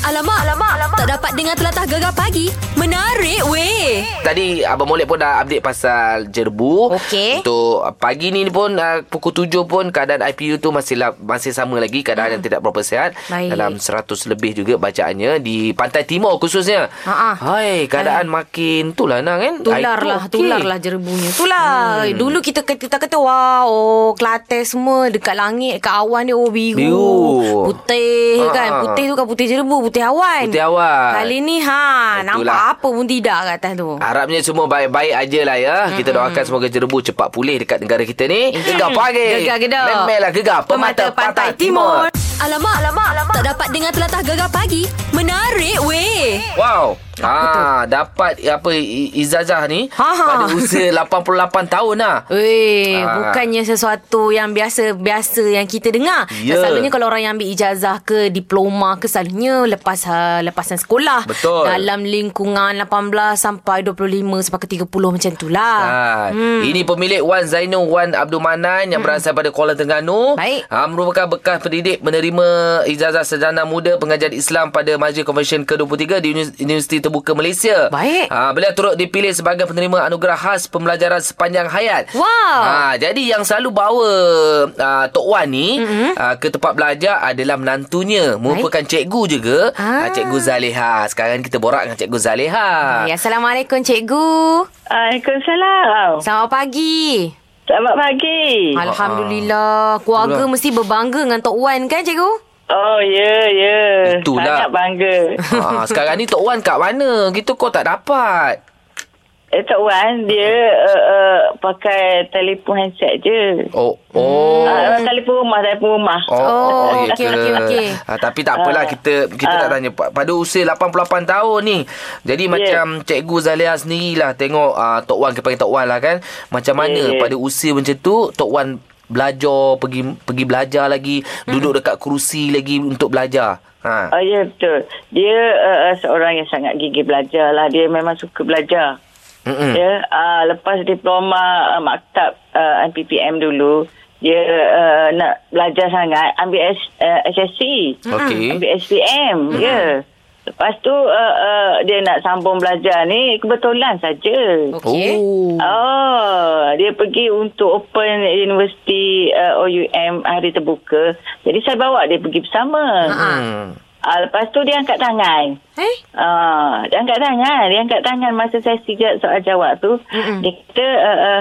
Alamak, alamak, alamak. Tak dapat dengar telatah gegar pagi. Menarik weh. Tadi Abang Molek pun dah update pasal jerbu. Okey. Untuk uh, pagi ni pun uh, pukul 7 pun keadaan IPU tu masih la- masih sama lagi keadaan yang tidak berapa sihat. Baik. Dalam 100 lebih juga bacaannya di pantai timur khususnya. Ha-ha. Hai, keadaan makin tular nah kan. Tular Air tu lah okey. Tular lah jerebunya Tular hmm. Dulu kita kita kata Wah oh, Kelantan semua Dekat langit Dekat awan dia Oh biru, Biru. Putih Ha. kan Putih tu kan putih jerebu Putih awan Putih awan. Kali ni ha Itulah. Ah, Nampak apa pun tidak kat atas tu Harapnya semua baik-baik aja lah ya. Kita doakan semoga jerebu cepat pulih dekat negara kita ni. Gegar pagi. Gegar Gedor. Memelah gegar pemata, pantai, timur. Alamak, alamak, alamak. Tak dapat dengar telatah gegar pagi. Menarik weh. Wow. Ah, dapat apa i- ijazah ni Ha, ha. pada usia 88 tahun lah. Weh, Ah. bukannya sesuatu yang biasa-biasa yang kita dengar. Ya. Selalunya kalau orang yang ambil ijazah ke diploma ke selalunya lepas ha, lepasan sekolah. Betul. Dalam lingkungan 18 sampai 25 sampai ke 30 macam tu lah. Ha. Hmm. Ini pemilik Wan Zainul Wan Abdul Manan yang berasal pada Kuala Terengganu. Baik. Ha, merupakan bekas pendidik menerima ijazah sarjana muda pengajian Islam pada Majlis Convention ke-23 di Uni- Universiti Terbuka Malaysia. Baik. Ha, beliau turut dipilih sebagai penerima anugerah khas pembelajaran sepanjang hayat. Wow. Ha, jadi yang selalu bawa uh, Tok Wan ni mm-hmm. uh, ke tempat belajar adalah menantunya. Merupakan cikgu juga. Ah. Ah. Cikgu Zaleha. Sekarang kita borak dengan Cikgu Zaleha. Hai, Assalamualaikum cikgu. Waalaikumsalam. Selamat pagi. Selamat pagi. Alhamdulillah. Keluarga Itulah. mesti berbangga dengan Tok Wan kan cikgu? Oh, ya, yeah, ya. Yeah. Itulah. Sangat bangga. Ha, sekarang ni Tok Wan kat mana? Kita kau tak dapat. eh, Tok Wan, dia uh, uh, pakai telefon handset je. Oh, oh. Uh, telefon rumah, telefon rumah. Oh, Hmm. Oh, ya okey, ke? okey, okey. Ah, Ha, tapi tak apalah kita kita tak tanya Pa- pada usia 88 tahun ni. Jadi macam cikgu Zalia sendirilah tengok uh, Tok Wan kita panggil Tok Wan lah kan. Macam mana Ya, ya. pada usia macam tu Tok Wan belajar pergi pergi belajar lagi, Hmm. duduk dekat kerusi lagi untuk belajar. Ha. Oh, ya, yeah, betul. Dia uh, uh, seorang yang sangat gigih belajar lah. Dia memang suka belajar. Ah, Mm-mm. Ya, uh, lepas diploma uh, maktab uh, MPPM dulu, dia uh, nak belajar sangat ambil S, uh, SSC. Okey. Ambil SPM, ya. Lepas tu uh, uh, dia nak sambung belajar ni kebetulan saja. Okey. Oh. Ah. Oh, dia pergi untuk Open University uh, OUM hari terbuka. Jadi saya bawa dia pergi bersama. Hmm. Uh, lepas tu dia angkat tangan. Eh? Ah, dia angkat tangan. Dia angkat tangan masa saya sijat soal jawab tu. Mm-mm. Dia kata uh, uh,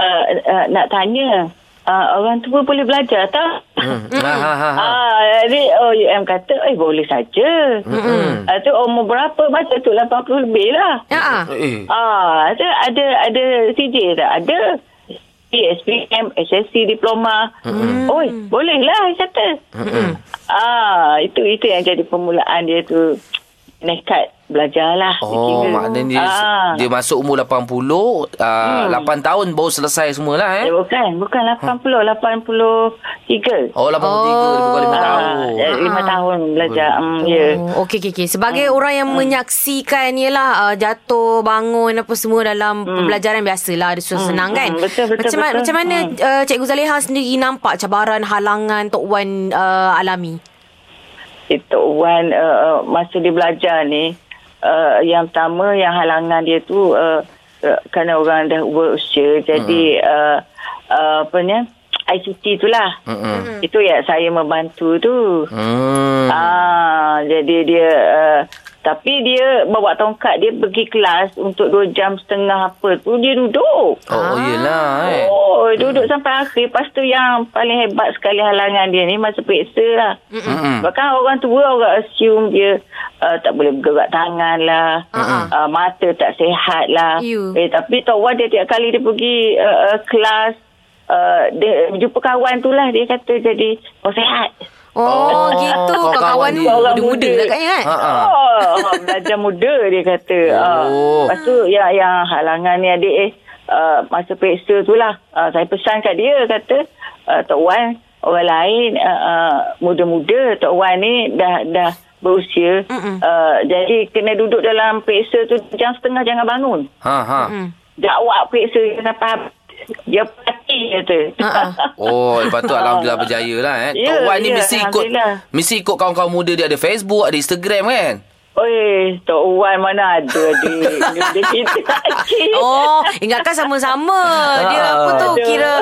uh, uh, nak tanya uh, orang tua boleh belajar tak? Hmm. Ha, ha, ha, ha. Ah, jadi OUM kata, eh boleh saja. Mm-hmm. Ah, tu umur berapa? Masa tu 80 lebih lah. Ya. Eh. Ah, ada ada ada CJ tak? Ada. SPM, SSC, diploma. Mm-hmm. Oi, bolehlah saya kata. Mm-hmm. Ah, itu itu yang jadi permulaan dia tu nekat belajarlah. Oh, maknanya dia, ah. Hmm. dia masuk umur 80, uh, 8 tahun baru selesai semualah eh. Eh, bukan, bukan 80, 83. Oh, 83 oh. lebih kurang 5 tahun. Ah, lima tahun belajar. Hmm, ya. Oh, okey, okey, okey. Sebagai orang yang menyaksikan ialah uh, jatuh, bangun apa semua dalam pembelajaran biasalah. Dia susah senang kan? Betul, betul, macam, ma- betul. Macam mana uh, Cikgu Zaleha sendiri nampak cabaran, halangan Tok Wan uh, alami? Itu Wan uh, uh, masa dia belajar ni uh, yang pertama yang halangan dia tu uh, uh, kerana orang dah berusia jadi uh, uh, apa ni ICT tu lah. Itu yang saya membantu tu. Hmm. Ah jadi dia uh, tapi dia bawa tongkat dia pergi kelas untuk 2 jam setengah apa tu dia duduk. Oh, oh, yelah eh. Oh, duduk sampai akhir. Lepas tu yang paling hebat sekali halangan dia ni masa periksa lah. Mm-mm. Bahkan orang tua orang assume dia uh, tak boleh bergerak tangan lah. Uh, mata tak sihat lah. Ew. Eh, tapi Tok Wan dia tiap kali dia pergi uh, uh, kelas. Uh, dia jumpa kawan tu lah. Dia kata jadi oh, sihat. Oh, Oh, gitu. Kawan-kawan kawan-kawan dia. tu muda-muda Muda. agaknya kan? Ha ah. Oh, belajar muda dia kata. Ah. Oh. Lepas tu yang, yang halangan ni adik eh, uh, masa periksa tu lah. Uh, saya pesan kat dia kata, uh, Tok Wan, orang lain uh, uh, muda-muda, Tok Wan ni dah dah berusia. Uh, jadi kena duduk dalam periksa tu jam setengah jangan bangun. Ha ha. Jawab periksa dia sampai habis. dia parti kata. Ha-ha. Oh, lepas tu Alhamdulillah berjaya lah eh. Ya, Tok Wan ni ya, mesti ikut Alhamdulillah. mesti ikut kawan-kawan muda dia ada Facebook, ada Instagram kan? Oi, Tok Wan mana ada adik. Dia dia kita adik. Oh, ingatkan sama-sama. Dia apa tu Ah, Aduh. kira.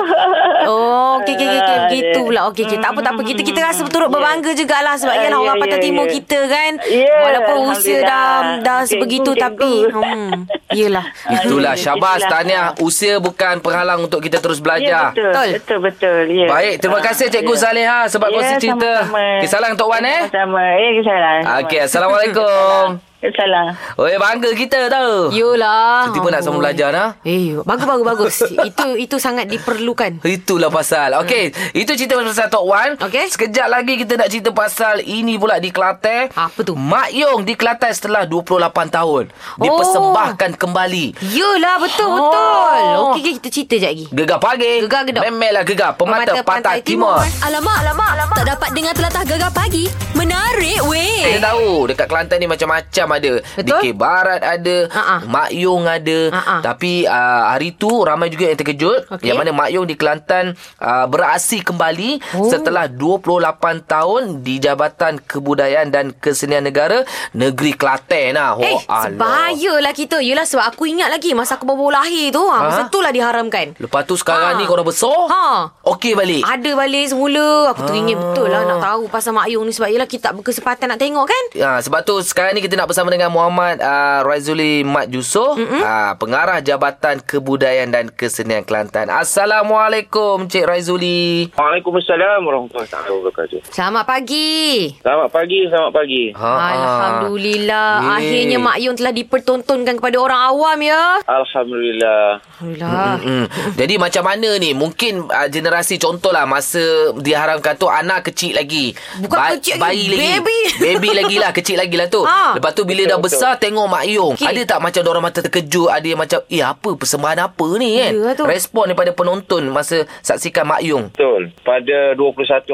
Oh, okey okey okey okey Ah, begitu dia- pula. Okey okey. Tak apa tak apa. Kita kita rasa turut berbangga jugalah sebab Ah, ialah ya, orang ya, Pantai ya. Timur kita kan. Ya, Walaupun usia dah dah Alhamdulillah. sebegitu Cikgu, tapi cikgu. hmm, yalah. Ah, Itulah ya, syabas itulah. tahniah. Usia bukan penghalang untuk kita terus Ya, belajar. betul. Betul. Betul, betul. betul ya. Baik, terima Ah, kasih Cikgu ya. Zaleha sebab Ya, kongsi cerita. sama-sama. Kisah lang Tok Wan eh. Sama-sama. Eh, kesalahan. Okey, Assalamualaikum. Kesalahan. Oi, Oh, bangga kita tau. Yalah. Tiba-tiba nak sama Amboi. belajar dah. Eh, bagus bagus bagus. Itu itu sangat diperlukan. Itulah pasal. Okey, hmm. itu cerita pasal Tok Wan. Okey. Sekejap lagi kita nak cerita pasal ini pula di Kelantan. Apa tu? Mak Yong di Kelantan setelah 28 tahun. Oh. Dipersembahkan kembali. Yalah betul Oh. betul. Okey okey, kita cerita je lagi. Gegar pagi. Gegar gedor. Memelah gegar. Pemata, Pemata Pantai, Pantai Timur. Timur. Alamak, alamak, alamak. Tak dapat dengar telatah gegar pagi. Menarik, Kita weh. tahu dekat Kelantan ni macam-macam ada. Eh. Betul? Dikir Barat ada, Ha-ha. Mak Yong ada. Ha-ha. Tapi uh, hari tu ramai juga yang terkejut Okey. yang mana Mak Yong di Kelantan uh, beraksi kembali Oh. setelah 28 tahun di Jabatan Kebudayaan dan Kesenian Negara Negeri Kelantan lah. Eh, alah. sebahayalah kita. Yelah sebab aku ingat lagi masa aku baru lahir tu. Ha, masa Ha? tu lah diharamkan. Lepas tu sekarang Ha. ni korang besar. Ha. Okey balik. Ada balik semula. Aku teringin Ah. betul lah nak tahu pasal Mak Yung ni. Sebab yelah kita tak berkesempatan nak tengok kan. Ya, sebab tu sekarang ni kita nak bersama dengan Muhammad uh, Raizuli Mat Yusof, uh, pengarah Jabatan Kebudayaan dan Kesenian Kelantan. Assalamualaikum Cik Raizuli. Waalaikumsalam warahmatullahi taala wabarakatuh. Selamat pagi. Selamat pagi, selamat pagi. Ha, Alhamdulillah. Eh. Akhirnya Mak Yung telah dipertontonkan kepada orang awam ya. Alhamdulillah. Alhamdulillah. Hmm. Jadi macam mana ni? Mungkin uh, generasi contohlah masa diharamkan tu anak kecil lagi. Bukan kecil lagi, bayi lagi. baby. Baby lagi lah, kecil lagi lah tu. Ha. Lepas tu bila dah Betul, besar tengok Mak Yong. Okey. Ada tak macam orang mata terkejut, ada yang macam, "Eh, apa persembahan apa ni?" kan. Yalah Ya tu. Respon daripada penonton masa saksikan Mak Yong. Betul. Pada 21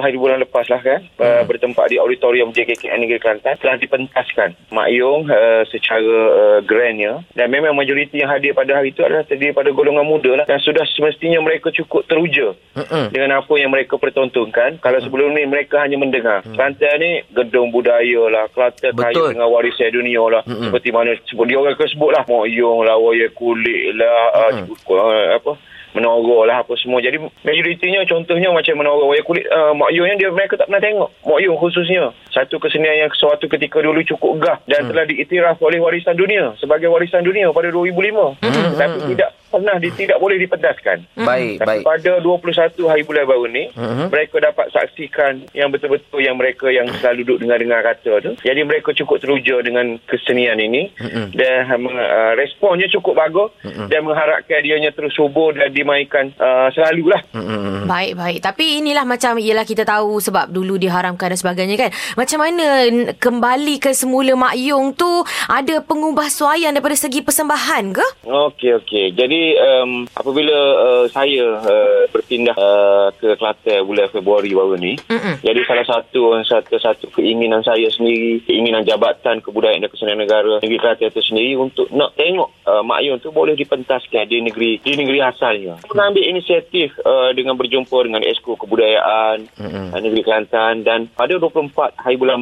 hari bulan lepas lah kan, hmm. uh, bertempat di auditorium JKKN Negeri Kelantan, telah dipentaskan Mak Yong uh, secara uh, grandnya. Dan memang majoriti yang hadir pada hari itu adalah terdiri pada golongan muda lah. Dan sudah semestinya mereka cukup teruja Mm-mm. dengan apa yang mereka pertontonkan. Kalau sebelum ni mereka hanya mendengar. Kelantan ni gedung budaya lah, Kelantan kaya Mm. Betul. dengan dengan warisan dunia lah mm-hmm. seperti mana sebut dia orang akan sebut lah Mok Yong lah Waya Kulit lah mm-hmm. uh, apa Menora lah apa semua jadi majoritinya contohnya macam Menora Waya Kulit uh, Mok Yong ni dia mereka tak pernah tengok Mok Yong khususnya satu kesenian yang suatu ketika dulu cukup gah dan mm. telah diiktiraf oleh warisan dunia sebagai warisan dunia pada 2005 mm-hmm. tetapi tidak pernah di, tidak boleh dipedaskan Hmm. Baik, baik. tapi Mhm. pada 21 hari bulan baru ni, uh-huh. mereka dapat saksikan yang betul-betul yang mereka yang selalu duduk dengar-dengar kata tu. Jadi mereka cukup teruja dengan kesenian ini Mhm. uh-huh. dan uh, responnya cukup bagus uh-huh. dan mengharapkan dianya terus subur dan dimainkan uh, selalulah. Mm-mm. Baik, baik. Tapi inilah macam ialah kita tahu sebab dulu diharamkan dan sebagainya kan. Macam mana n- kembali ke semula Mak Yung tu ada pengubah suaian daripada segi persembahan ke? Okey okey. Jadi um, apabila uh, saya uh, berpindah uh, ke Kelantan bulan Februari baru ni, Mm-mm. jadi salah satu satu satu keinginan saya sendiri, keinginan Jabatan Kebudayaan dan Kesenian Negara Negeri Kelantan itu sendiri untuk nak tengok uh, Mak Yun tu boleh dipentaskan di negeri di negeri asalnya. Saya Mengambil inisiatif uh, dengan berjumpa dengan Esko Kebudayaan uh, Negeri Kelantan dan pada 24 hari bulan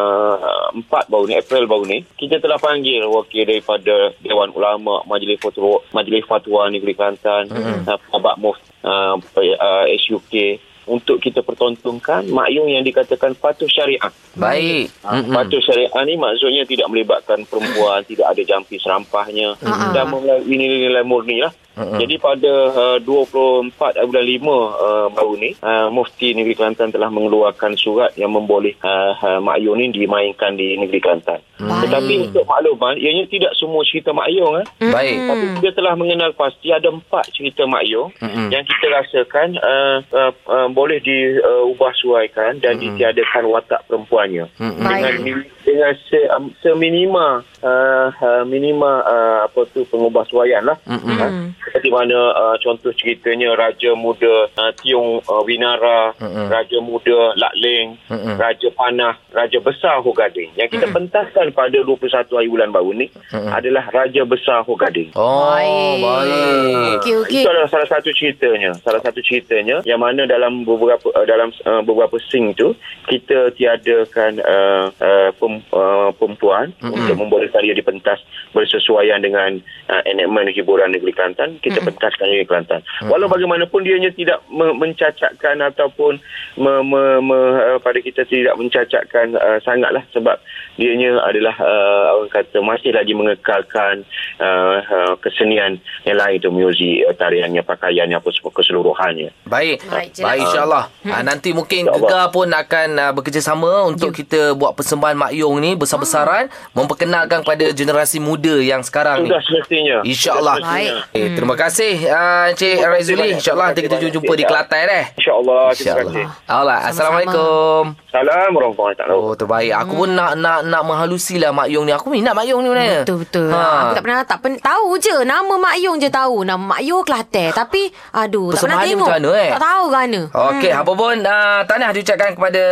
uh, 4 baru ni April baru ni kita telah panggil wakil daripada Dewan Ulama Majlis Fatwa Majlis Fatwa Negeri Kelantan mm-hmm. uh, Abang Mufti uh, uh, SUK untuk kita pertontonkan makyung yang dikatakan patuh syariah. Baik. Mm-hmm. Mm-mm. Patuh syariah ni maksudnya tidak melibatkan perempuan, tidak ada jampi serampahnya Ah. mm-hmm. dan melalui nilai-nilai murni lah. Mm-hmm. Jadi pada uh, 24 bulan 5 uh, baru ni, uh, Mufti Negeri Kelantan telah mengeluarkan surat yang memboleh uh, uh, makyung ni dimainkan di Negeri Kelantan. Baik. Tetapi untuk makluman, ianya tidak semua cerita makyung eh. Baik. Tapi kita telah mengenal pasti ada empat cerita Mak Yong Mm-mm. yang kita rasakan uh, uh, eh, uh, boleh diubah uh, ubah suaikan dan mm-hmm. ditiadakan watak perempuannya. Mm-mm. Dengan, Baik. nilai- dengan se, um, seminima uh, uh, minima uh, apa tu pengubahsuaian lah. Mm-hmm. Ha? Seperti mana uh, contoh ceritanya Raja Muda uh, Tiong uh, Winara, mm-hmm. Raja Muda Lakling, mm-hmm. Raja Panah, Raja Besar Hogading. Yang kita mm-hmm. pentaskan pada 21 hari bulan baru ni mm-hmm. adalah Raja Besar Hogading. Oh, Baik. baik. baik. Okey, okey. Ah, Itu adalah salah satu ceritanya. Salah satu ceritanya yang mana dalam beberapa uh, dalam uh, beberapa sing tu kita tiadakan uh, uh, pem, uh, perempuan mm-hmm. untuk membolehkan dia dipentas bersesuaian dengan uh, enakmen hiburan negeri Kelantan. Kita mm-hmm. pentaskan negeri Kelantan. Mm-hmm. Walau bagaimanapun dianya tidak me- mencacatkan ataupun me- me- me- uh, pada kita tidak mencacatkan uh, sangatlah sebab dianya adalah uh, orang kata masih lagi mengekalkan uh, uh, kesenian yang lain tu muzik uh, tariannya pakaiannya apa semua keseluruhannya Baik. Baik, Baik, Cik Lam. insyaAllah. Ha, nanti mungkin InsyaAllah. Gegar pun akan uh, bekerjasama untuk Ya. kita buat persembahan Mak Yong ni besar-besaran memperkenalkan kepada generasi muda yang sekarang Mm. sudah ni. semestinya InsyaAllah. Sudah semestinya. Eh, terima kasih uh, Encik kasih Raizuli. banyak. InsyaAllah nanti Terima kita kasih jumpa di banyak. Kelantan eh. insyaallah terima kasih InsyaAllah. Alright. Assalamualaikum. salam warahmatullahi taala Oh, terbaik. Aku pun Mm. nak nak nak menghalusi lah Mak Yong ni. Aku minat Mak Yong ni sebenarnya. Betul betul. Ha. Aku tak pernah tak pen, tahu je nama Mak Yong je tahu. Nama Mak Yong Kelantan tapi aduh tak pernah Persembahan dia tengok. macam mana, eh? Tak tahu kerana. Okey, hmm. apa pun uh, tahniah diucapkan kepada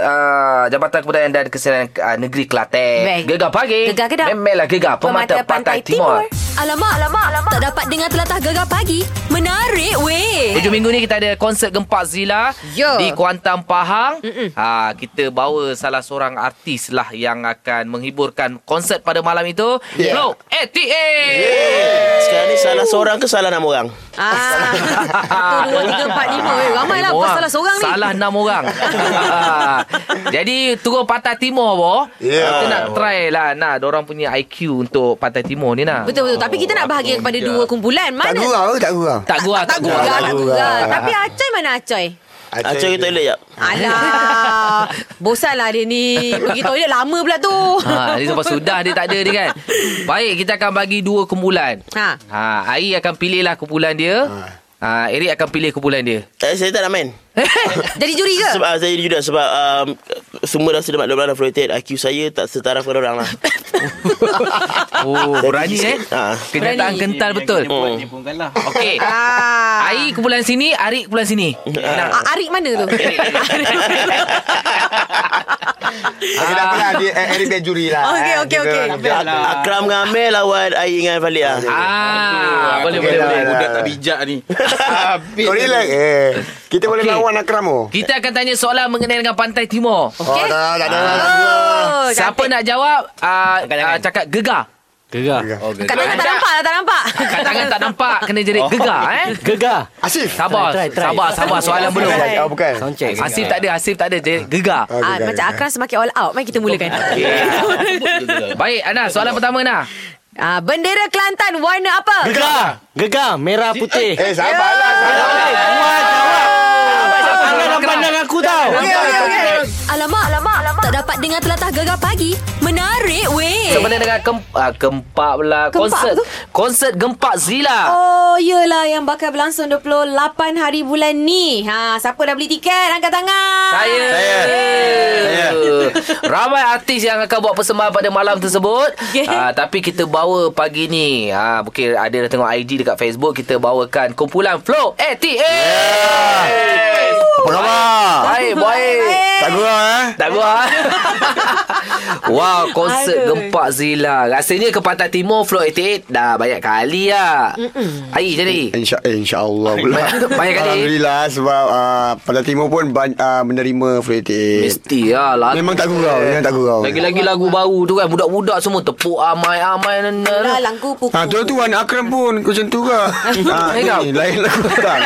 uh, Jabatan Kebudayaan dan Kesenian uh, Negeri Kelantan. Baik. Gegar pagi. Gegar Kedah. Memelah gegar pemata, pantai, timur. timur. Alamak, alamak, alamak. Tak dapat dengar telatah gegar pagi. Menarik weh. Hujung minggu ni kita ada konsert Gempak Zila Ya. di Kuantan Pahang. Ha, kita bawa salah seorang artis lah yang akan menghiburkan konsert pada malam itu. Yeah. Flow ATA. Sekarang ni salah seorang ke salah enam orang? Ah. 1 2 3 4 5. Eh, ramai lah Lima bukan orang. salah seorang ni. Salah enam orang Jadi Turun Pantai Timur boh. Ya. Kita nak try lah Nah orang punya IQ Untuk Pantai Timur ni nah Betul betul. Tapi kita nak bahagia kepada dua kumpulan. Tak Mana? gurau ke tak gurau? Tak gurau Tak gurau, Tak tak gurau. gurau. Tapi Acoy mana Acoy? Ah, Acah kita ya? toilet jap. Alah. Bosanlah dia ni. Pergi toilet lama pula tu. Ha, dia sampai sudah dia tak ada ni kan. Baik, kita akan bagi dua kumpulan. Ha. Ha, Ari akan pilihlah kumpulan dia. Ha, Eric akan pilih kumpulan dia. Eh, saya tak nak main. Jadi juri ke? Sebab ah, saya juda sebab um, semua dah sedang maklum lah floated. IQ saya tak setara dengan orang lah. Oh, berani eh. Ha. Kenyataan Berani. kental betul. Oh. Okey. Ah. Ari kumpulan sini, Ari kumpulan sini. Ah, Arik mana tu? Okey, tak apalah. Dia, eh, Eric biar juri lah. Okey, okey, okey. Akram dengan Amir lawan Ayi dengan Falia. Ah, boleh boleh Okey boleh. lah. Budak tak bijak ni. Ah, Habis. Kau relax. Eh. Kita boleh Okey. lawan Akram tu. Kita akan tanya soalan mengenai dengan Pantai Timur. Oh, dah, tak ada. Oh, Siapa cantik. nak jawab ah, ah, cakap gegar. Gegar. Oh, gegar. Kat tangan tak nampak lah, tak nampak. Kat tangan tak nampak kena jerit gegar eh. Oh. Gegar. Asif. Sabar, Try, try, try. sabar, sabar soalan belum. Bukan, Oh, bukan. Sound check. Asif tak ada, Asif tak ada jerit gegar. Okey, Ah, okey, macam okey. Akram semakin all out. Mari kita mulakan. Baik, Ana, soalan pertama Ana. Ah, bendera Kelantan warna apa? Gegar. Gegar merah putih. Eh, sabarlah. Ya. sabarlah. Jangan pandang aku tau. Alamak, alamak, alamak. Tak dapat dengar telatah gegar pagi. Menarik weh. Sebenarnya dengan kem, ah, kempak pula Kempak konsert. tu? Konsert gempak Zila. Oh, yelah yang bakal berlangsung 28 hari bulan ni. Ha, siapa dah beli tiket? Angkat tangan. Saya. Saya. Ramai artis yang akan buat persembahan pada malam tersebut. Yeah. Ah, tapi kita bawa pagi ni. Ah, mungkin ada yang tengok IG dekat Facebook. Kita bawakan kumpulan Flow ATA. Apa khabar? Baik, baik. Tak gurau eh? Tak gua. wow, konsert Aduh. gempak Zila. Rasanya ke Pantai Timur Flow 88 dah banyak kali lah. Ai jadi. Insya, eh, InsyaAllah pula Banyak- banyak kali. Alhamdulillah Sebab uh, Pada timur pun ban, uh, Menerima Fluid Mesti lah. lah. Memang tak gurau Memang tak gurau Lagi-lagi lagu baru tu kan Budak-budak semua tepuk amai-amai nan- nan- nan. Lah, langgu pupu. Ha tu tu anak Akram pun kau macam tu ke? ha ni lain lagu kan.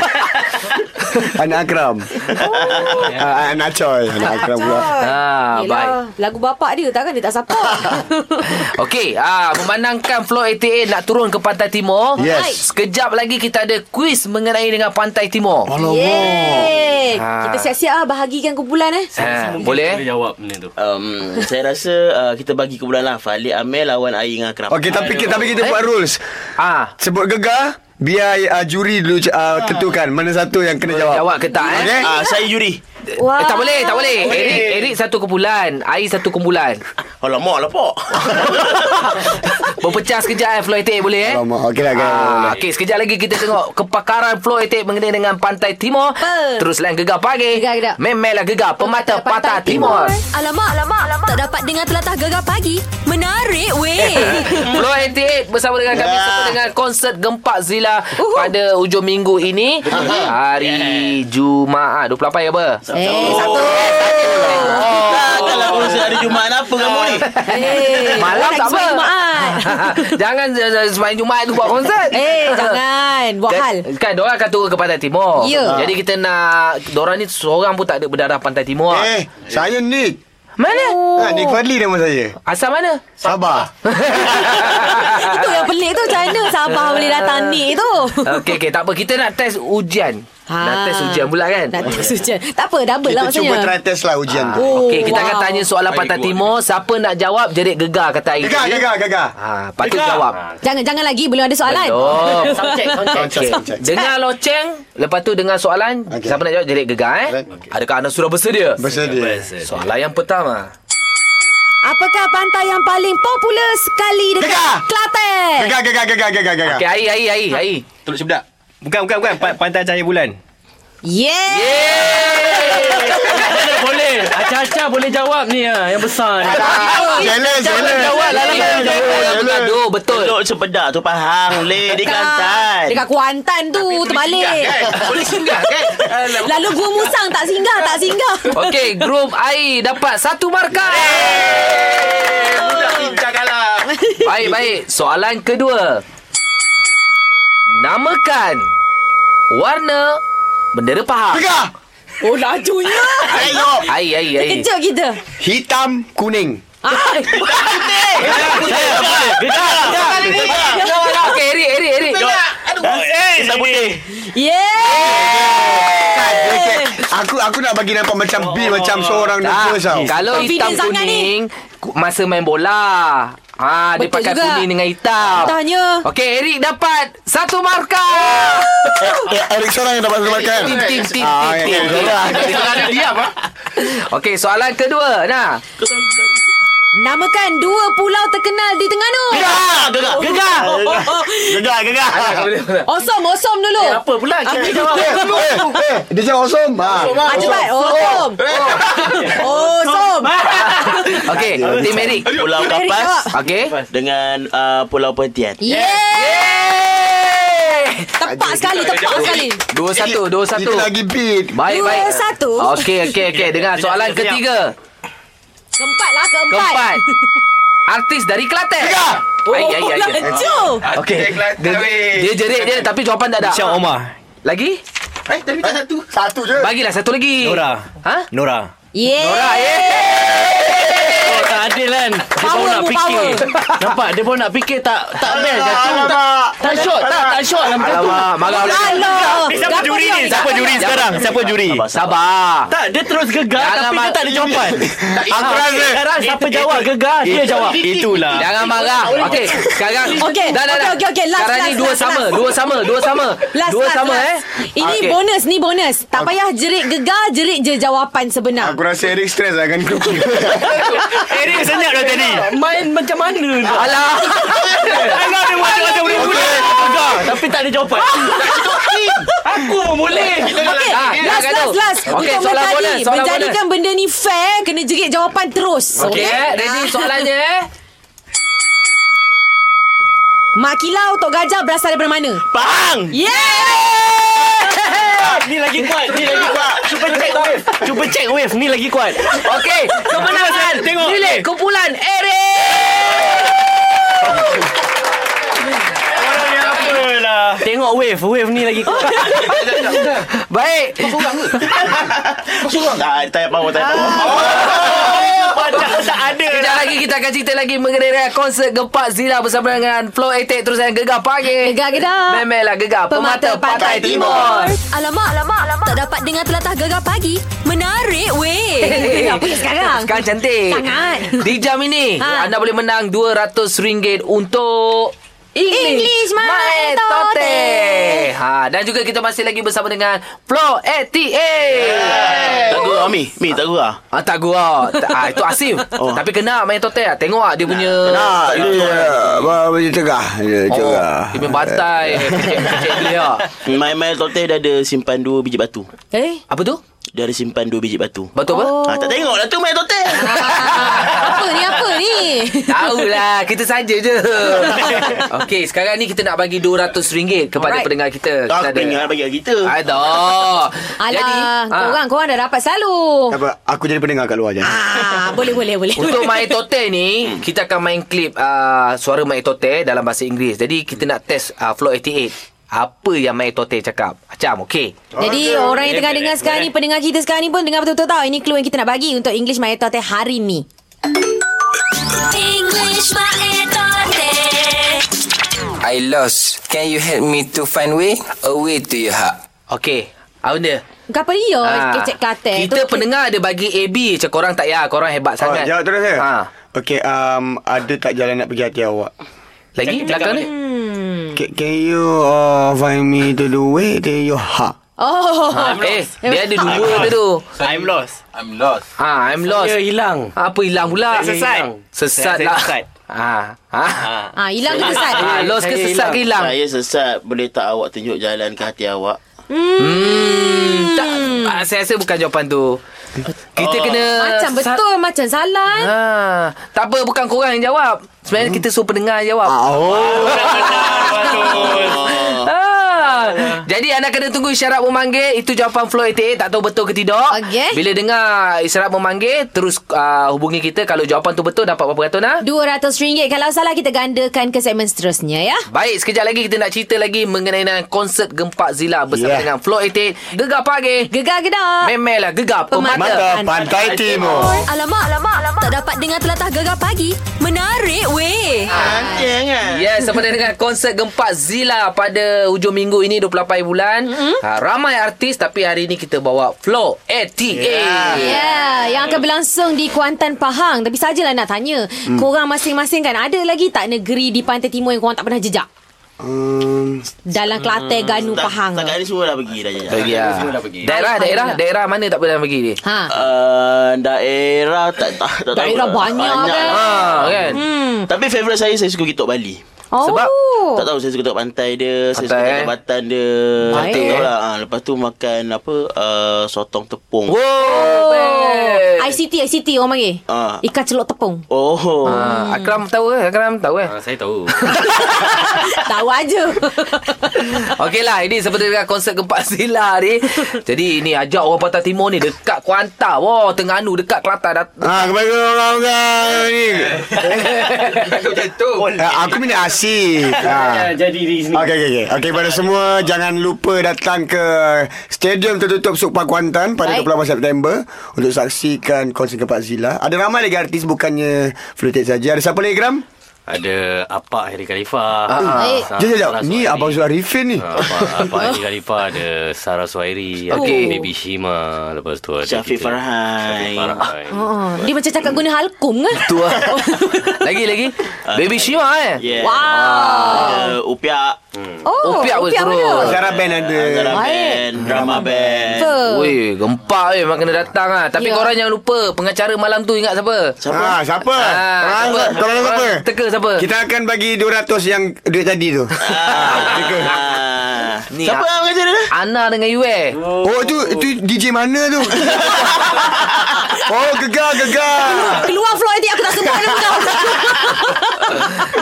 anak Akram. Ah, anak Choi, anak Akram pula. Ah, Ah, baik. Yelah, lagu bapak dia takkan dia tak support. Okey, ah memandangkan Flow 88 nak turun ke Pantai Timur. Yes. Sekejap lagi kita ada kuis mengenai dengan Pantai Timur. Oh, Ha, Yeay. Ah. Kita siap-siap ah bahagikan kumpulan eh. Ah, boleh? eh? jawab benda tu. Um, saya rasa uh, kita bagi kumpulan lah. Falia Amir lawan Ayi dengan Akram. Okey tapi kita tapi kita Eh? buat rules. Ah. Sebut gegar ah, biar uh, juri dulu uh, tentukan mana satu yang kena jawab. Jawab ke tak eh? Okey? Ah, saya juri. Eh, tak Wah. boleh, tak boleh. Eric, Eric satu kumpulan. Air satu kumpulan. Alamak lah pak Berpecah sekejap eh, Floor Etik boleh eh. Alamak, okey lah, okey lah, boleh, Ah, boleh. okey, sekejap lagi kita tengok kepakaran Floor Etik mengenai dengan Pantai Timur. Apa? Terus lain gegar pagi. Gegar, gegar. Memelah gegar pemata patah timur. Alamak, alamak, alamak. Tak dapat dengar telatah gegar pagi. Menarik weh. Floor 88 bersama dengan kami Ya. serta dengan konsert Gempak Zila Uhuh. pada hujung minggu ini hari Jumaat 28 ya apa? Eh, satu. Dah kalau urusan lah hari Jumaat apa kamu ni Eh, Malam lagi tak apa. semalam Jumaat. Jangan eh, semain Jumaat tu buat konsert. Eh, jangan. Buat Dan- hal. Kan diorang akan turun ke Pantai Timur Ya. Jadi kita nak Diorang ni seorang pun tak ada berdarah Pantai Timur Eh, saya Nick. Mana? Oh. Ha, Nick Fadli nama saya. Asal mana? Sabar. Itu yang pelik tu Macam mana Sabah boleh datang ni tu Okey okey tak apa kita nak test ujian. Ha. Nak test ujian pula kan? Ah. Nak test ujian Tak apa double lah Kita maksudnya cuba try test lah ujian tu. Oh, Ah. Okey kita wow. akan wow. tanya soalan Pantai Timur, siapa nak jawab jerit gegar kata hari Gegar, tadi. gegar, gegar. Ha, patut jawab. Jangan jangan lagi Belum ada soalan Belum. Sound check, Okey. sound check. Dengar loceng, lepas tu dengar soalan, okay. Okey. siapa nak jawab jerit gegar eh? Okey. Adakah anda sudah bersedia? Bersedia. Soalan yang pertama. Apakah pantai yang paling popular sekali Dekat Gegar. Kelantan Gegar, gegar, gegar, gegar, gegar. Okey, ai ai ai ai. Teluk Cebedak. Bukan, bukan, bukan. Pa- Pantai Cahaya Bulan. Yeah, Mana boleh Acah-acah boleh jawab ni ah, Yang besar ni Jealous, jealous. Jawab lah lah. Jangan bergaduh, betul. Teluk Cepedak tu Pahang Leh Di Dekat, Kelantan dekat Kuantan tu Terbalik Boleh singgah kan? Alamak. Lalu gua musang Tak singgah Tak singgah Okey, grup I dapat satu markah. Budak pincang kalah Baik, baik. Soalan kedua. Namakan warna bendera Pahang. Gegar. Oh lajunya Ayo. Ai, ai, ai. Kejut kita Hitam, kuning. Ah, Jawab lah. Okey, Eri, Eri, Eri. Aduh Eh Hitam putih Yeah Kan, dia kan. Aku aku nak bagi nampak macam B Macam seorang nervous tau Tak, Eh, kalau hitam Confident sangat ni. kuning ku- masa main bola. Ha, dia Betul pakai juga. kuning dengan hitam. Tanya Okey, Eric dapat satu markah. Eh, Eric seorang yang dapat kemakan Tim, tim, tim, Ah, tim, ya, tim. ya, Okey, soalan kedua. Nah, Namakan dua pulau terkenal di Terengganu Gegar Gegar Gegar Oh, Oh, Gegar Gegar Osom Osom oh, dulu Eh, Apa pula Kita jawab Eh, eh, Dia cakap awesome ha. Ah, cepat Oh, Osom Eh. Osom okey, tim Eric. Pulau Kapas Okey. Dengan ah, Pulau Pontian Yeah Yeay! Tepat sekali Tepat sekali Dua satu, dua satu. Itu lagi beat Dua, Baik, baik. satu. Okey, okey, okey. Dengar soalan ketiga. Keempat lah keempat Oh, Keempat. Artis dari Kelantan. Tiga. Ai, ai, ai. ai. Laju Okey. Dia, dia jerit je tapi jawapan tak ada. Syah Omar. Lagi? Eh, tadi tak satu Satu je Bagilah satu lagi. Nora. Ha? Nora. Yeah Nora, eh. Oh, tak adil kan Dia Power baru nak mu, fikir Nampak Dia baru nak fikir Tak tak best jatuh Tak- Tak shot Tak tak shot Nampak tu Alamak, marah pula. Alah Gapo dia gapo dia? sekarang? Siapa juri? Sabar. tak, dia terus gegar Jangan tapi dia mak- tak ada jawapan. Aku Ah, rasa Eh. Sekarang siapa jawab gegar, dia jawab. lah. Itulah. Jangan marah. Okey, sekarang Okey, dah dah okey, dah. okey, okey. Last, sekarang ni last, dua last, sama, last. dua sama, dua sama. Last, dua last, sama last. eh. Ini Okey. Ah. bonus Ni bonus Tak payah jerit gegar Jerit je jawapan sebenar Aku rasa Eric stres lah kan grup ni Eric senyap dah tadi. Main macam mana tu? Alah. Alah, dia buat macam boleh boleh. Gegar, tapi tak ada jawapan. Aku pun boleh. Okey, Ah, last, jangan last, gaduh. last. Okey, Untuk soalan mentadi, bonus, soalan menjadikan benda ni fair, kena jerit jawapan terus. Okey, eh. ready soalannya eh. Mak Kilau, Tok Gajah berasal daripada mana? Pahang Yeah! Ni lagi kuat, ni lagi kuat. Cuba check wave. Cuba check wave, ni lagi kuat. Okey, kemenangan. Tengok. Milik kumpulan Eric. Orang yang lah? apalah. Tengok wave, wave ni lagi kuat. Baik. Tak payah power Tak payah Ah. power Padahal tak ada. Sekejap lagi kita akan cerita lagi mengenai konsert Gempak Zila bersama dengan Flow Attack terus yang gegar pagi. Gegar gedak. Memelah gegar pemata, Pantai, Timur. Alamak, alamak, alamak. Tak dapat dengar telatah gegar pagi. Menarik weh. Eh, Apa yang sekarang? Sekarang cantik. Sangat. Di jam ini Ha. anda boleh menang RM200 untuk English, English Mae Mae Tote. Tote. Ha, dan juga kita masih lagi bersama dengan Flo ATA. Tak gurau Mi Mi tak gurau Ah, tak gua. Ah, itu Asif. Oh. Tapi kena main tote lah. Tengok lah dia punya... ah. Nak dia ah. bawa baju tegah. Dia Oh, tegah. dia punya bantai. Kecil ah. dia. Main-main tote dah ada simpan dua biji batu Eh? Apa tu? Dia ada simpan dua biji batu Batu apa? ha, Tak tengok lah tu main tote Ah, apa ni apa ni? Tahu lah Kita saja je Okey sekarang ni Kita nak bagi RM200 Kepada Alright. pendengar kita Tak Kita ada Ah, pengen bagi kat kita Aduh Jadi Alah, ah, korang korang dah dapat selalu. Apa, aku jadi pendengar kat luar je. Oh. Ah, boleh boleh boleh. Untuk Mai Tote ni Kita akan main klip uh, Suara Mai Tote Dalam bahasa Inggeris Jadi kita nak test uh, Flow 88 Apa yang Mai Tote cakap Macam okey Jadi orang yang tengah dengar sekarang ni Pendengar kita sekarang ni pun Dengar betul-betul tau Ini clue yang kita nak bagi Untuk English Maya Tote hari ni English Maya Tote I lost. Can you help me to find way? A way to your heart. Okey Aunda Kenapa dia Ah, Kecek Kelantan Kita pendengar dia bagi AB Macam korang tak ya Korang hebat Oh, sangat jawab terus ya? Ha. Okay, um, ada tak jalan nak pergi hati awak? Lagi belakang ni Can, can you uh, find me to the way to your heart? Oh Ah, ha, Eh Dia ada dua tu tu I'm lost. I'm lost. Ha, I'm lost Dia hilang. Apa hilang pula? Saya sesat. Sesat Saya- saya lah. sesat. Ha. Ha. Ah, hilang ke sesat? Ha, lost ke Saya sesat ke hilang? Saya sesat Boleh tak awak tunjuk jalan ke hati awak Hmm, tak, ah, saya rasa bukan jawapan tu. Kita Oh. kena Macam betul Macam salah Ha, tak apa bukan korang yang jawab. Sebenarnya kita suruh pendengar yang jawab. Oh, Ah. Jadi anda kena tunggu isyarat memanggil Itu jawapan Flow 88 Tak tahu betul ke tidak Okey. Bila dengar isyarat memanggil Terus uh, hubungi kita Kalau jawapan tu betul Dapat berapa ratus nak RM200 Kalau salah kita gandakan ke segmen seterusnya ya Baik, sekejap lagi kita nak cerita lagi mengenai dengan konsert Gempak Zila bersama yeah. Yeah. dengan Flow 88. Gegar pagi. Gegar gedak Memelah gegar pemata. Pemata. mata pantai timur. Alamak, alamak, alamak. Tak dapat dengar telatah gegar pagi. Menarik weh. Ah, Anjing kan Yes, sama dengan konsert Gempak Zila pada hujung minggu ini 28 bulan. Mm-hmm. Ha, ramai artis tapi hari ini kita bawa Flow 88. Ya, Yeah. yeah, yang akan berlangsung di Kuantan Pahang. Tapi sajalah nak tanya, hmm. korang masing-masing kan ada lagi tak negeri di pantai timur yang korang tak pernah jejak? Um, Dalam Kelantan, Ganu, Pahang. Setakat ni semua dah pergi dah jalan Bagi ah. Daerah daerah daerah mana tak boleh bagi ni? Ha. Uh, daerah tak tak tak tahu Daerah lah. banyak, kan? lah. Ah. Ha, kan? Hmm. Tapi favorite saya saya suka Kitok Bali. Oh. Sebab tak tahu saya suka tengok pantai dia, saya suka Pantai, tengok eh? batan dia. Baik, Tak tahu eh. lah. Ha, lepas tu makan apa uh, sotong tepung. Wow. Oh. Oh. ICT, ICT orang panggil. Ah. Ikan celok tepung. Oh. Ha, Akram tahu ke? Akram tahu ke? Saya tahu. Tahu aja. Okey lah Ini seperti dengan konsert Gempak Sila ni Jadi ni ajak orang Pantai Timur ni Dekat Kuantan Wah Tengganu Dekat Kelantan dah, ah, kepada orang-orang ni. Oh, Eh, aku minat asyik. Ah. jadi di sini. Okey okey okey. Okey pada semua jangan lupa datang ke Stadium Tertutup Sukma Kuantan pada Baik. 28 September untuk saksikan konsert Kepak Zila. Ada ramai lagi artis bukannya Flutet saja. Ada siapa lagi Gram? Ada Apak Harry Khalifa. Eh. Sarah- Jom jom jom. Sarah Ni Suhairi. abang Zul Arifin ni. Ah, Apak, Apak Harry Khalifa ada Sarah Oh. Suhairi, ada Okey. Baby Shima, lepas tu ada Syafiq kita- Farhan. Syafiq Farhan. oh, dia macam cakap guna halkum kan? Tu lah Lagi lagi Baby Shima eh Yeah. Wow. Ada Upiak. Oh, Upiak pun upiak terus. mana? Zara Band ada. Antara band, drama band. Apa? Weh, gempak weh memang kena datang ah. Ya. Tapi yeah. korang jangan lupa pengacara malam tu ingat siapa? Siapa? Ah, siapa? Ah, siapa? Korang Korang siapa? teka siapa? Kita akan bagi 200 yang duit tadi tu. Ah, teka. Ah. Ni, Siapa ah. yang kerja dia? Ana dengan you eh. Oh tu tu DJ mana tu? Oh gegar gegar. Keluar floor nanti aku tak sebut nama kau.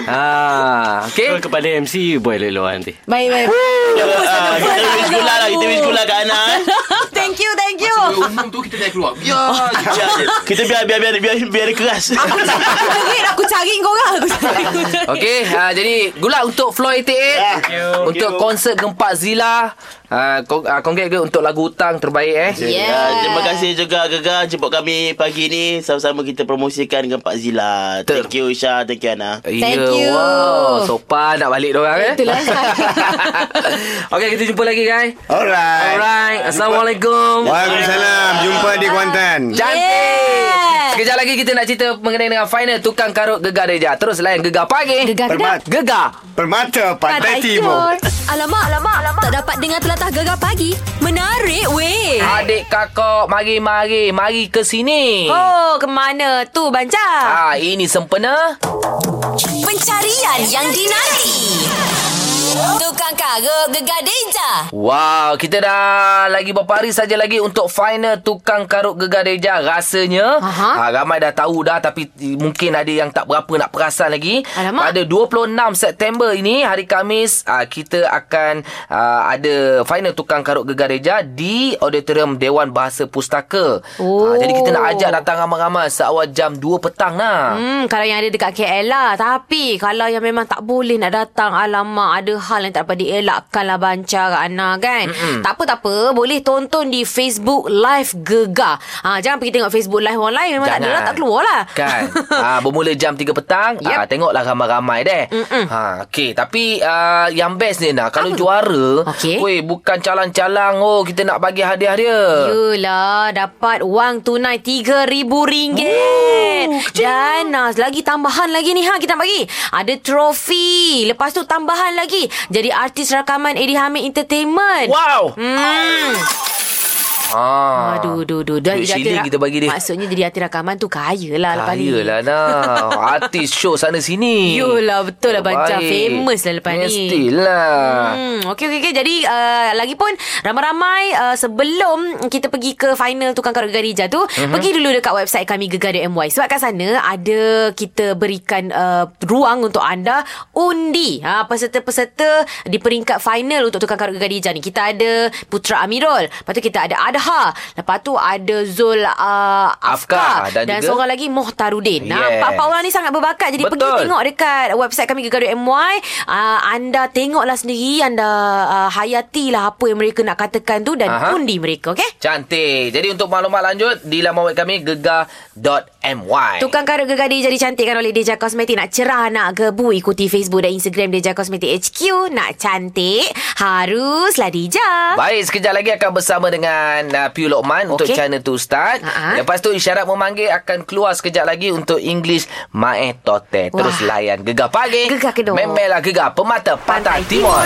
ha, okey. So, kepada MC Boleh elok-elok nanti Baik, baik. Ah, Kita wish gula lah, kita wish gula kat anak. eh. thank you, thank you. Umum tu kita dah keluar. Ya. Biar. Biar dia- Kita biar biar biar biar biar dia keras. Duit aku cari korang. Aku cari korang. Okey, ha, jadi gula untuk Floor 88 Ya. untuk konsert Gempak Zila. Ha, kong, ha, kongkit ke untuk lagu hutang terbaik eh. Ya, Yeah. terima kasih juga Gegar jemput kami pagi ni sama-sama kita promosikan dengan Pak Zila. Betul. Thank you Isha, thank you Ana. Thank Ya, you. lah. Wow, sopan nak balik diorang eh. Itulah. Okey, kita jumpa lagi guys. Alright. Alright. Assalamualaikum. Waalaikumsalam. Jumpa di Kuantan. Cantik. Yeah. Sekejap lagi kita nak cerita mengenai dengan final Tukang Karut Gegar Deja. Terus layan Gegar Pagi. Gegar Permat, Gegar. permata Pantai Pantai Timur. Alamak, alamak, alamak. Tak dapat dengar telatah gegar pagi. Menarik weh. Adik kakak, mari mari, mari ke sini. Oh, ke mana tu, Banca? Ah, ini sempena Pencarian yang dinanti. Tukang karut gegar deja. Wow, kita dah lagi beberapa hari saja lagi untuk final tukang karut gegar deja. Rasanya Aha. ah, ramai dah tahu dah tapi eh, mungkin ada yang tak berapa nak perasan lagi. Alamak. Pada 26 September ini hari Khamis ah, kita akan ah, ada final tukang karut gegar deja di auditorium Dewan Bahasa Pustaka. Oh. Ah, jadi kita nak ajak datang ramai-ramai seawal jam 2 petang lah. Hmm, kalau yang ada dekat KL lah. Tapi kalau yang memang tak boleh nak datang, alamak, ada hal yang tak dapat dielakkan lah Banca Kak Ana kan. Mm-mm. Tak apa, tak apa. Boleh tonton di Facebook Live Gegar. Ha, jangan pergi tengok Facebook Live orang lain. Memang tak ada lah, tak keluar lah. Kan ha, Bermula jam 3 petang yep. ha, Tengoklah ramai-ramai deh Mm-mm. ha, Okay Tapi uh, yang best ni nak Kalau juara Okey. weh, Bukan calang-calang Oh kita nak bagi hadiah dia Yelah, dapat wang tunai RM3,000. Dan ah, lagi tambahan lagi ni ha kita nak bagi. Ada trofi. Lepas tu tambahan lagi. Jadi artis rakaman Eddie Hamid Entertainment. Wow Hmm. ha. Aduh, aduh, aduh. Dan Duit jadi sila ra- kita bagi dia Maksudnya jadi artis rakaman tu kaya lah lepas ni. Kaya lah nak Artis show sana sini Yolah, betul lah, Banca. Baik. Famous lah lepas ni. Mestilah Hmm, okey okey okey. Jadi uh, lagi pun ramai-ramai uh, sebelum kita pergi ke final tukang karut gegar Rija tu, Mhm. mm-hmm. pergi dulu dekat website kami gegar.my sebab kat sana ada kita berikan uh, ruang untuk anda undi ha, peserta-peserta di peringkat final untuk tukang karut gegar Rija ni. Kita ada Putra Amirul, lepas tu kita ada Adha, lepas tu ada Zul uh, Afka dan, Afkar dan dan juga- seorang lagi Mohtarudin. Yes. Yes. Nah, empat orang ni sangat berbakat jadi pergi Betul. tengok dekat website kami Gegaduh MY uh, anda tengoklah sendiri anda uh, hayatilah apa yang mereka nak katakan tu dan Aha. Aha. undi mereka okey Cantik Jadi untuk maklumat lanjut Di laman web kami Gegar.my Tukang karut gegar dia jadi cantikkan oleh Deja Cosmetic Nak cerah, nak gebu Ikuti Facebook dan Instagram Deja Cosmetic HQ Nak cantik Haruslah Deja Baik, sekejap lagi akan bersama dengan uh, Piu Lokman okay. untuk Okey. channel tu Ustaz. Ha-ha. Uh-huh. Lepas tu isyarat memanggil akan keluar sekejap lagi untuk English Mae Tote. Terus Wah. layan Gegar Pagi. Gegar Kedong. Memelah Gegar Pemata Pantai Pantai, Pantai Timur.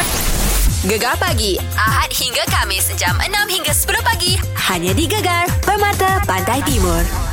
Gegar pagi Ahad hingga Kamis jam 6 hingga 10 pagi hanya di Gegar Permata Pantai Timur.